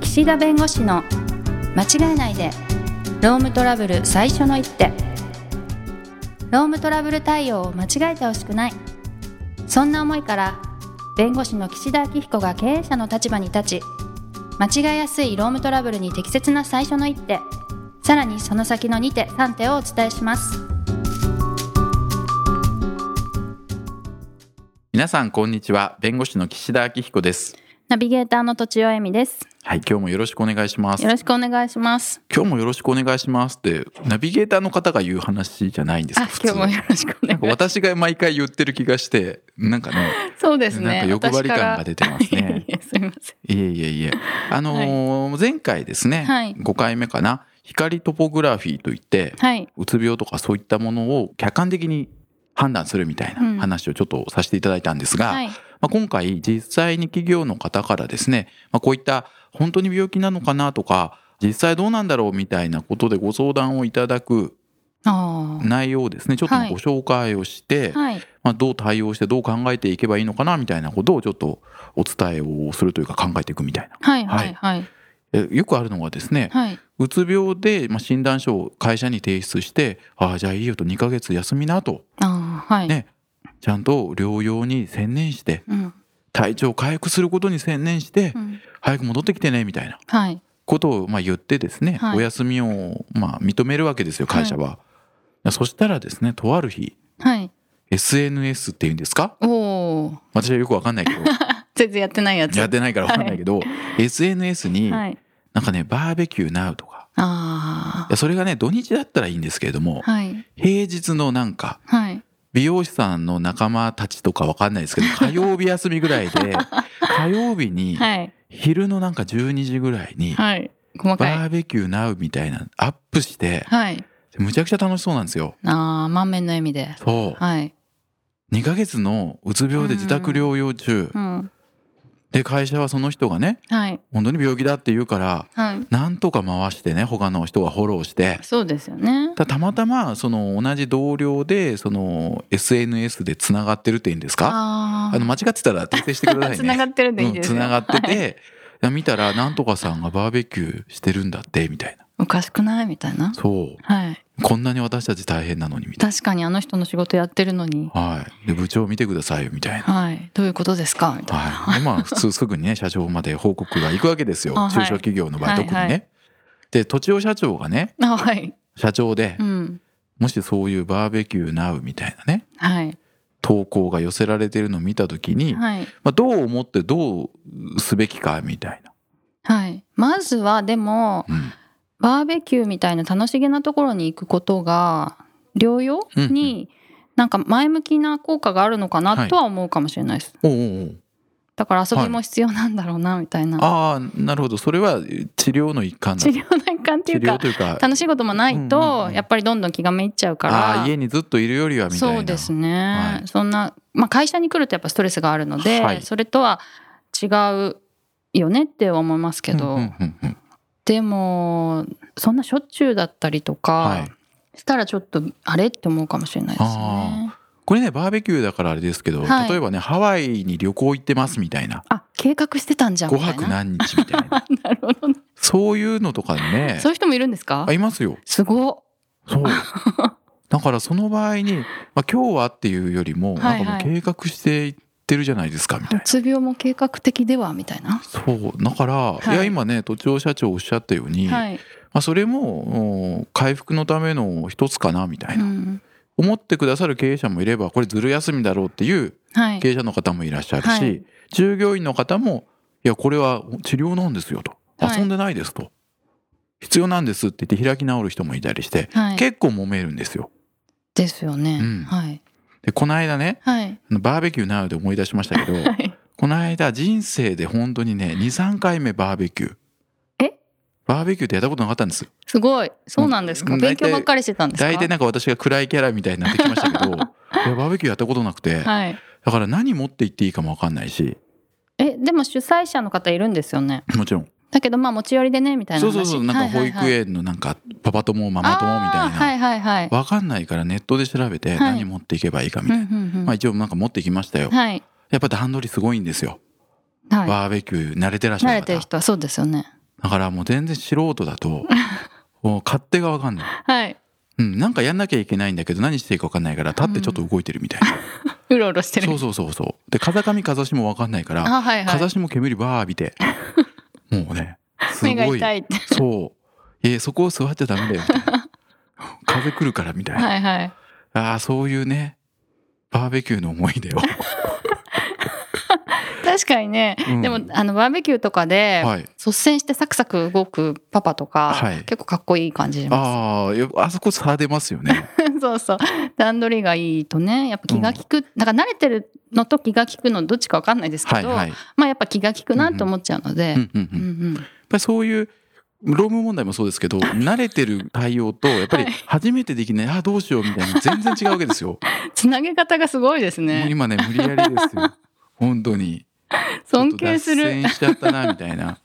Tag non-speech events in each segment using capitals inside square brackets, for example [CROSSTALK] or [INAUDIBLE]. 岸田弁護士の間違えないでロームトラブル最初の一手ロームトラブル対応を間違えてほしくないそんな思いから弁護士の岸田明彦が経営者の立場に立ち間違えやすいロームトラブルに適切な最初の一手さらにその先の2手3手をお伝えします皆さんこんにちは弁護士の岸田明彦ですナビゲーターの土地尾恵美ですはい今日もよろしくお願いしますよろしくお願いします今日もよろしくお願いしますってナビゲーターの方が言う話じゃないんですかあ普通今日もよろしくお願ないんか私が毎回言ってる気がしてなんかねそうですねなんか欲張り感が出てます私かねら [LAUGHS] いえいえすいませんいえいえいえあのー前回ですね、はい5回目かな光トポグラフィーといってはい、うつ病とかそういったものを客観的に判断するみたいな話をちょっとさせていただいたんですが、はい、まあ、今回実際に企業の方からですね、まあ、こういった本当に病気なのかなとか実際どうなんだろうみたいなことでご相談をいただくあ内容をですねちょっとご紹介をして、あはいまあ、どう対応してどう考えていけばいいのかなみたいなことをちょっとお伝えをするというか考えていくみたいな。はいはいはいえよくあるのがですねはい、うつ病でまあ診断書を会社に提出して「ああじゃあいいよ」と2ヶ月休みなとああはい、ねちゃんと療養に専念してうん体調を回復することに専念してうん、早く戻ってきてねみたいなはいことをまあ言ってですね、はいお休みをまあ認めるわけですよ会社は、そしたらですねとある日はい SNS っていうんですかおお私はよくわかんな [LAUGHS] いけど全然やってないやつやってないからわかんないけど、SNS にはないんかねバーベキューナウとかあいやそれがね土日だったらいいんですけれども、あはい平日のなんかはい美容師さんの仲間たちとかわかんないです [LAUGHS] けど火曜日休みぐらいで火曜日にはい昼のなんか12時ぐらいにはい細かいバーベキューナウみたいなアップしてはいむちゃくちゃ楽しそうなんですよ。ああ満面の笑みでそはい、う2ヶ月のうつ病で自宅療養中うん、で会社はその人がねはい本当に病気だって言うからはいなんとか回してね他の人がフォローしてそうですよねたたまたまその同じ同僚でその SNS でつながってるっていうんですかああの間違ってたら訂正してく [LAUGHS] ださいね。つながってるんでいいですよ、うん、繋がってて、見たらなんとかさんがバーベキューしてるんだってみたいなおかしくないみたいなそはい。うこんなに私たち大変なのにみたい確かにあの人の仕事やってるのに、なはいで部長見てくださいよみたいなはい。どういうことですかみたいな。はい、 [LAUGHS] でまあ普通すぐにね社長まで報告が行くわけですよあはい中小企業の場合はい特にね。はいで土地社長がねあはい。社長で、うん。もしそういうバーベキューナウみたいなねはい。投稿が寄せられてるのを見た時に、はい。まあ、どう思ってどうすべきかみたいな。はい。まずはでも、うんバーベキューみたいな楽しげなところに行くことが、療養うんうんに、なんか前向きな効果があるのかはないとは思うかもしれないです。おうおうおうだから遊びも必要なんだろうな、みたいな。ああなるほどそれは治療の一環だ治療の一環ってい治うか療、というか楽しいこともないと、うんうんうんやっぱりどんどん気がめいっちゃうから。ああ家にずっといるよりはみたいなそうですね、はいそんな、まあ、会社に来るとやっぱストレスがあるので、はいそれとは違うよねって思いますけど、うんうんうんうんでもそんなしょっちゅうだったりとか、はいしたらちょっとあれって思うかもしれないですね。これねバーベキューだからあれですけど、はい例えばねハワイに旅行行ってますみたいなあ計画してたんじゃん5みたい泊な。何日みたいななるほど、ねそういうのとかねそういう人もいるんですかあいますよすごそう [LAUGHS] だからその場合に、まあ、今日はっていうよりもはいなんかもう計画していってるじゃないですかみたいなっ。。うつ病も計画的ではみたいな。そうだから、いい、や今ね都庁社長おっしゃったように、はい。まあ、それもうん回復のための一つかなみたいなう、ん。思ってくださる経営者もいればこれずる休みだろうっていうはい。経営者の方もいらっしゃるし、はい従業員の方もいやこれは治療なんですよとはい遊んでないですと、必要なんですって言って開き直る人もいたりして、はい。結構揉めるんですよ。ですよね。うんはい。でこの間ねはい。バーベキューなうで思い出しましたけど [LAUGHS] はい。この間人生で本当にね23回目バーベキュー。えバーベキューってやったことなかったんですすごい。そうなんですか。うん勉強ばっかりしてたんですか。大体なんか私が暗いキャラみたいになってきましたけ [LAUGHS] どいやバーベキューやったことなくて、はい。だから何持って行っていいかも分かんないしえ、でも主催者の方いるんですよね。もちろんだけどまあ持ち寄りでねみたいなそう話。そうそうなんか保はい育はいはい園のなんかパパ友ママ友みたいあーはないはいはい。わかんないからネットで調べてはい何持っていけばいいかみうたいんなうんうんまあ一応なんか持ってきましたよはいやっぱ段取りすごいんですよはい。バーベキュー慣れてらっし慣ゃれるてる方人はそうですよね。だからもう全然素人だ [LAUGHS] ともう勝手が分かんない、はい。うん、なんかやんなきゃいけないんだけど何していいか分かんないから立ってちょっと動いてるみた [LAUGHS] いな、うろうろしてる。そうそうそうそうで風上風下も分かんないから、あ、はいはい風。下も煙バー浴 [LAUGHS] びてもうねす目がごい痛いって。そうえそこを座っちゃダメだよみた [LAUGHS] いな風来るからみたいな、はいはい。ああそういうねバーベキューの思い出を、確かにね。う [LAUGHS] んでも、あの、バーベキューとかで、はい率先してサクサク動くパパとか、はい結構かっこいい感じしまああよあそこ差出ます [LAUGHS] よねす。 [LAUGHS] そうそう。段取りがいいとね、やっぱ気が利く、なんか慣れてるのと気が利くのどっちかわかんないですけはいど、はい、まあやっぱ気が利くなと思っちゃうのでう、んうんううんん、やっうんぱりそういうローム問題もそうです [LAUGHS] けど慣れてる対応とやっぱりはい初めてできない、ああどうしようみたいな全然違うわけですよ、つなげ方がすごいですもう [LAUGHS] ね。今ね無理やり [LAUGHS] ですよ本当に尊敬すちょる。っと脱線しちゃったなみた [LAUGHS] いな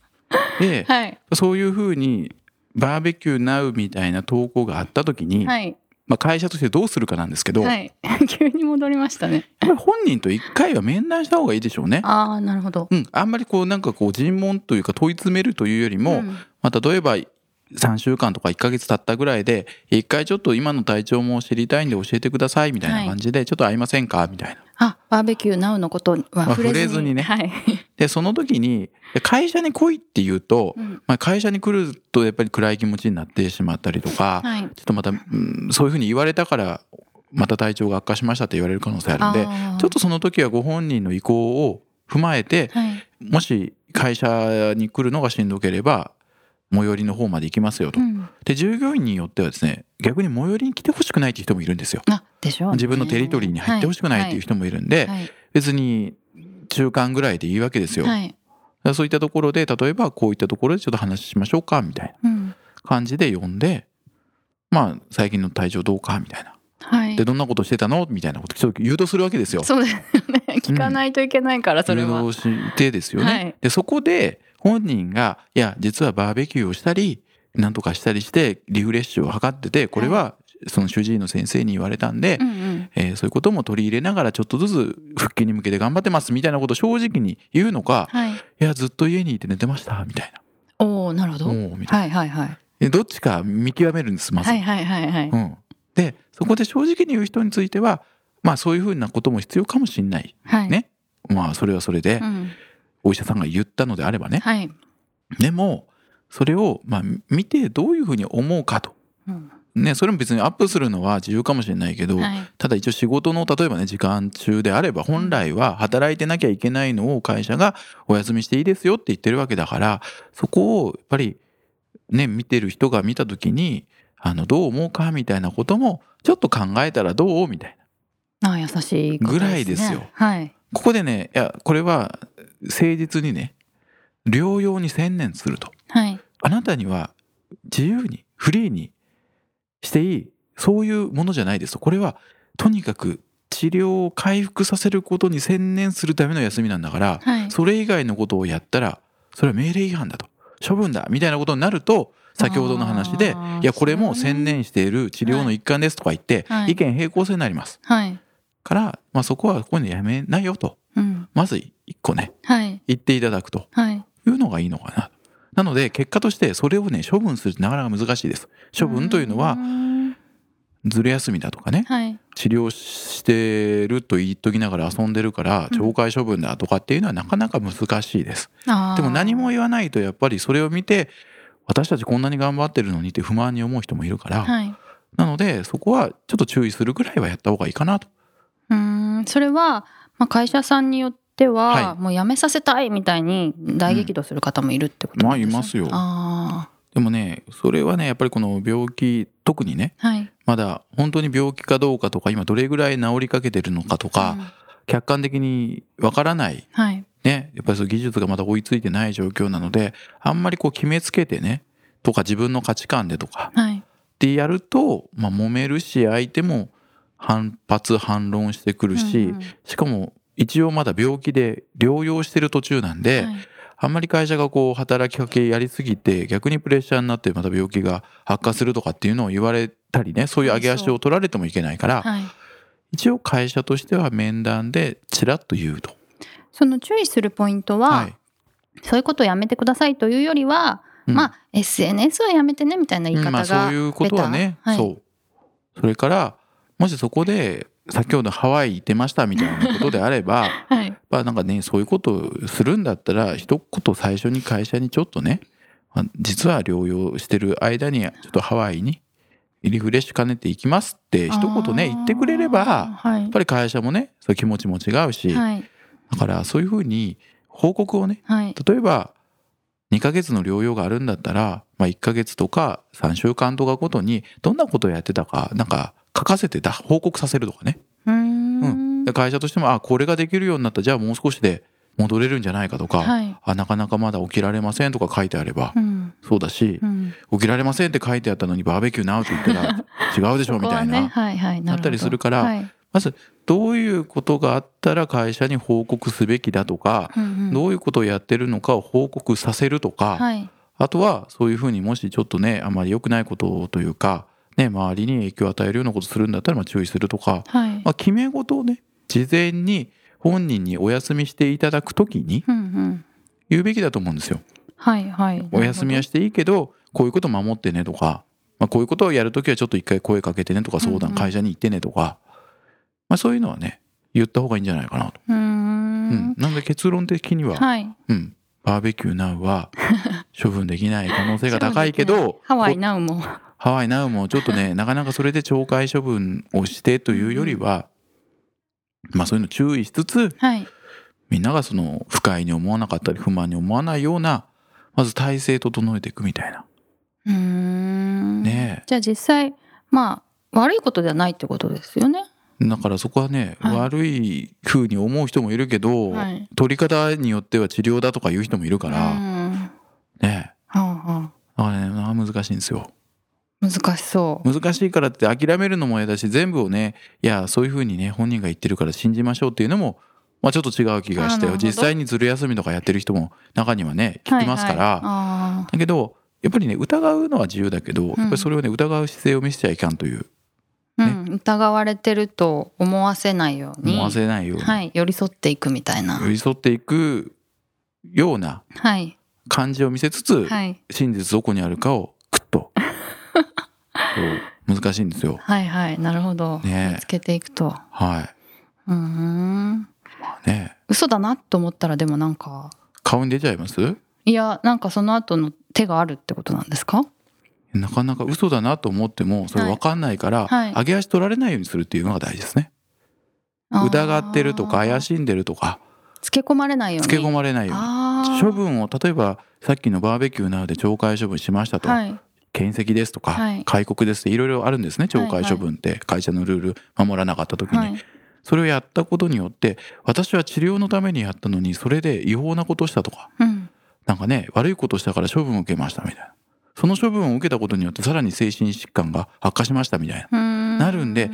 で、はい。そういうふうにバーベキューナウみたいな投稿があった時に、はい。まあ、会社としてどうするかなんですけど、はい。 [LAUGHS] 急に戻りましたね。やっぱり本人と一回は面談した方がいいでしょうね。ああ、なるほど。うん、あんまりこうなんかこう尋問というか問い詰めるというよりも、んまあ、例えば3週間とか1ヶ月経ったぐらいで一回ちょっと今の体調も知りたいんで教えてくださいみたいな感じで、ちょっと会いませんかみたいな。あ、バーベキューナウのことは触れずに。あ触れずにねはい。でその時に会社に来いって言うと、うんまあ、会社に来るとやっぱり暗い気持ちになってしまったりとか、はい。ちょっとまた、うんそういうふうに言われたからまた体調が悪化しましたって言われる可能性あるんであーちょっとその時はご本人の意向を踏まえてはい。もし会社に来るのがしんどければ最寄りの方まで行きますよと。うん。で従業員によってはですね逆に最寄りに来てほしくないっていう人もいるんですよ。あ、でしょうね、自分のテリトリーに入ってほしくないっていう人もいるんではい。別に中間ぐらいでいいわけですよ。だはかい。らそういったところで例えばこういったところでちょっと話しましょうかみたいなうん。感じで呼んでまあ最近の体調どうかみたいな。はいで。どんなことしてたのみたいなことちょっと誘導するわけですよ。そうですよね。聞かないといけないから、それ誘は。導してですよね。はいでそこで本人がいや実はバーベキューをしたりなんとかしたりしてリフレッシュを図っててこれはその主治医の先生に言われたんで、うんうん。えーそういうことも取り入れながらちょっとずつ復帰に向けて頑張ってますみたいなことを正直に言うのか、はい。いやずっと家にいて寝てましたみたいおお、なるほな。ど。おうみたいなはいはいはい。でどっちか見極めるんですまず。はいはいはいはい。うん、でそこで正直に言う人についてはまあそういうふうなことも必要かもしれない。はい。ねまあそれはそれでうん。お医者さんが言ったのであればね。はい。でもそれをまあ見てどういうふうに思うかと。うん。ね、それも別にアップするのは自由かもしれないけど、はい。ただ一応仕事の例えばね時間中であれば本来は働いてなきゃいけないのを会社がお休みしていいですよって言ってるわけだからそこをやっぱりね見てる人が見た時にあのどう思うかみたいなこともちょっと考えたらどうみたいなああ、優しい方ねぐらいですよはい。ここでねいやこれは誠実にね療養に専念するとはい。あなたには自由にフリーにしていいそういうものじゃないですとこれはとにかく治療を回復させることに専念するための休みなんだから、はい。それ以外のことをやったらそれは命令違反だと処分だみたいなことになると先ほどの話であーいやこれもそうね専念している治療の一環ですとか言って、はい意見平行線になりますはい。から、まあ、そこはここにやめないよとうん。まず一個ねはい。言っていただくとはい。いうのがいいのかな。なので結果としてそれをね処分するってなかなか難しいです。処分というのうはんずれ休みだとかねはい。治療してると言いときながら遊んでるからうん懲戒処分だとかっていうのはなかなか難しいです。あーでも何も言わないとやっぱりそれを見て私たちこんなに頑張ってるのにって不満に思う人もいるから、はい。なのでそこはちょっと注意するぐらいはやった方がいいかなと。うーんそれは、まあ、会社さんによっては、はもう辞めさせたいみたいに大激怒する方もいるってことなんですねうんまあいますよあでもねそれはねやっぱりこの病気特にねーはい。まだ本当に病気かどうかとか今どれぐらい治りかけてるのかとか、うん客観的にわからない、はい。ね、やっぱりその技術がまだ追いついてない状況なのであんまりこう決めつけてねとか自分の価値観でとかはい。ってやると、まあ、揉めるし相手も反発反論してくるし、うんうんしかも一応まだ病気で療養してる途中なんで、はいあんまり会社がこう働きかけやりすぎて逆にプレッシャーになってまた病気が悪化するとかっていうのを言われたりねそういう上げ足を取られてもいけないから、はい。一応会社としては面談でちらっと言うと。その注意するポイントは、はいそういうことをやめてくださいというよりは、うんまあ SNS はやめてねみたいな言いうん方まがあ、そういうことはね、ベタはいそうそれからもしそこで先ほどハワイ行ってましたみたいなことであればはい、まあなんかねそういうことをするんだったら一言最初に会社にちょっとねあ実は療養してる間にちょっとハワイにリフレッシュ兼ねていきますって一言ねあー言ってくれればやはいっぱり会社もねそういう気持ちも違うし、はいだからそういうふうに報告をねはい例えば2ヶ月の療養があるんだったら、まあ、1ヶ月とか3週間とかごとにどんなことをやってたかなんか書かせてだ報告させるとかねうーんで会社としてもあこれができるようになったじゃあもう少しで戻れるんじゃないかとか、はいあなかなかまだ起きられませんとか書いてあれば、うんそうだし、うん起きられませんって書いてあったのにバーベキューなうって言った [LAUGHS] ら違うでしそょみこたはいねなはいはいななったりするからはいまずどういうことがあったら会社に報告すべきだとか、うんうんどういうことをやってるのかを報告させるとか、はいあとはそういうふうにもしちょっとねあまり良くないことというか、ね、周りに影響を与えるようなことするんだったらまあ注意するとか、はいまあ、決め事をね事前に本人にお休みしていただくときにうんうん言うべきだと思うんですよ。はいはいお休みはしていいけどこういうこと守ってねとか、まあ、こういうことをやるときはちょっと一回声かけてねとか相うんう談ん会社に行ってねとか、まあ、そういうのはね言った方がいいんじゃないかなと。うーうんん、なので結論的には、はいうん、バーベキューナ [LAUGHS] ウは処分できない可能性が高いけどハワイナウもハワイナウもちょっ [LAUGHS] とねなかなかそれで懲戒処分をしてというよりは、まあそういうの注意しつつはいみんながその不快に思わなかったり不満に思わないようなまず体制整えていくみたいな。うーんねじゃあ実際まあ悪いことではないってことですよねえだからそこはね、はい悪い風に思う人もいるけど、はい取り方によっては治療だとか言う人もいるかうら、んはねあはえだからねな難しいんですよ。あ難しそう難しいからって諦めるのも嫌だし全部をねいやそういうふうにね本人が言ってるから信じましょうっていうのも、まあ、ちょっと違う気がしてあなるほど実際にずる休みとかやってる人も中にはね聞きますから、はいはいあだけどやっぱりね疑うのは自由だけど、やっぱりそれをね疑う姿勢を見せちゃいかんというーねうん疑われてると思わせないように思わせないように、はい寄り添っていくみたいな寄り添っていくようなはい感じを見せつつ、はい真実どこにあるかをクッ [LAUGHS] とそう難しいんですよ。はいはいなるほどねえ見つけていくとはうーんい、ねえ嘘だなと思ったらでもなんか顔に出ちゃいますいやなんかその後の手があるってことなんですかなかなか嘘だなと思ってもそれ分かんないかはいら、はい上げ足取られないようにするっていうのが大事ですね。疑ってるとか怪いしんでるとかつけ込まれないようにつけ込まれないようあにー処分を例えばさっきのバーベキューなどで懲戒処分しましたと、はい検責ですとか、はい戒告ですっていろいろあるんですね懲戒処分って、会社のルール守らなかった時に、はいそれをやったことによって私は治療のためにやったのにそれで違法なことをしたとかうんなんかね悪いことをしたから処分を受けましたみたいなその処分を受けたことによってさらに精神疾患が悪化しましたみたいな。ななるんで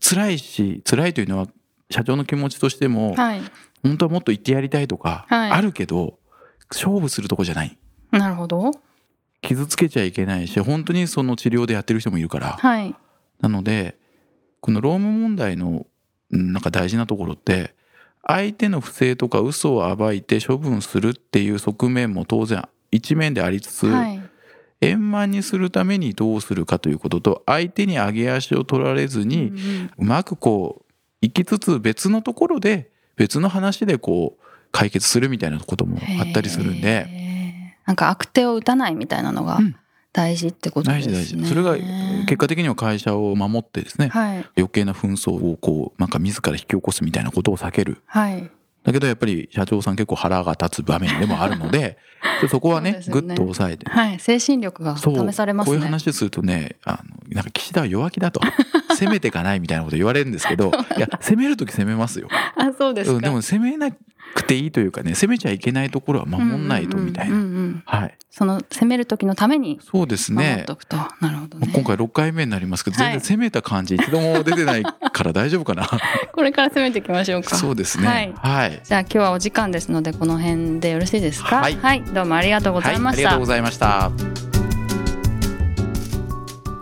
辛いし辛いというのは社長の気持ちとしても、はい本当はもっと言ってやりたいとか、はいあるけど勝負するとこじゃないなるほど傷つけちゃいけないし本当にその治療でやってる人もいるからはいなのでこのローム問題のうんなんか大事なところって相手の不正とか嘘を暴いて処分するっていう側面も当然一面でありつつ、はい円満にするためにどうするかということと相手に上げ足を取られずに、うんうんうまくこう行きつつ別のところで別の話でこう解決するみたいなこともあったりするんで、へーなんか悪手を打たないみたいなのがうん大事ってことで大す事ね、大事、それが結果的には会社を守ってですね、はい余計な紛争をこうなんか自ら引き起こすみたいなことを避けるはいだけどやっぱり社長さん結構腹が立つ場面でもあるの [LAUGHS] でちょっとそこはそうねですぐよっねと抑えて。はい精神力がそう試されますこうねいう話するとねあのなんか岸田は弱 [LAUGHS] 気だと攻めていかないみたいなこと言われるんですけどいや攻める時攻めますよあそうですか、うん、でも攻めなくていいというかね攻めちゃいけないところは守んないとみたいな、うんうんうんうんはいその攻める時のためにそうです守っねとくと、なるほどもうね今回6回目になりますけど全はい然攻めた感じ一度も出てないから大丈 [LAUGHS] 夫かなこれから攻めていきましょうかそうですねはいはい、じゃあ今日はお時間ですのでこの辺でよろしいですかはいどうもありがとうござはいい、まあしりがた、とうございました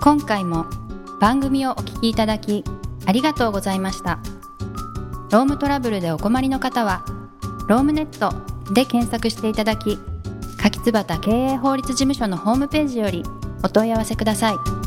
今回も番組をお聞きいただきありがとうございましたロームトラブルでお困りの方はロームネットで検索していただき柿椿経営法律事務所のホームページよりお問い合わせください。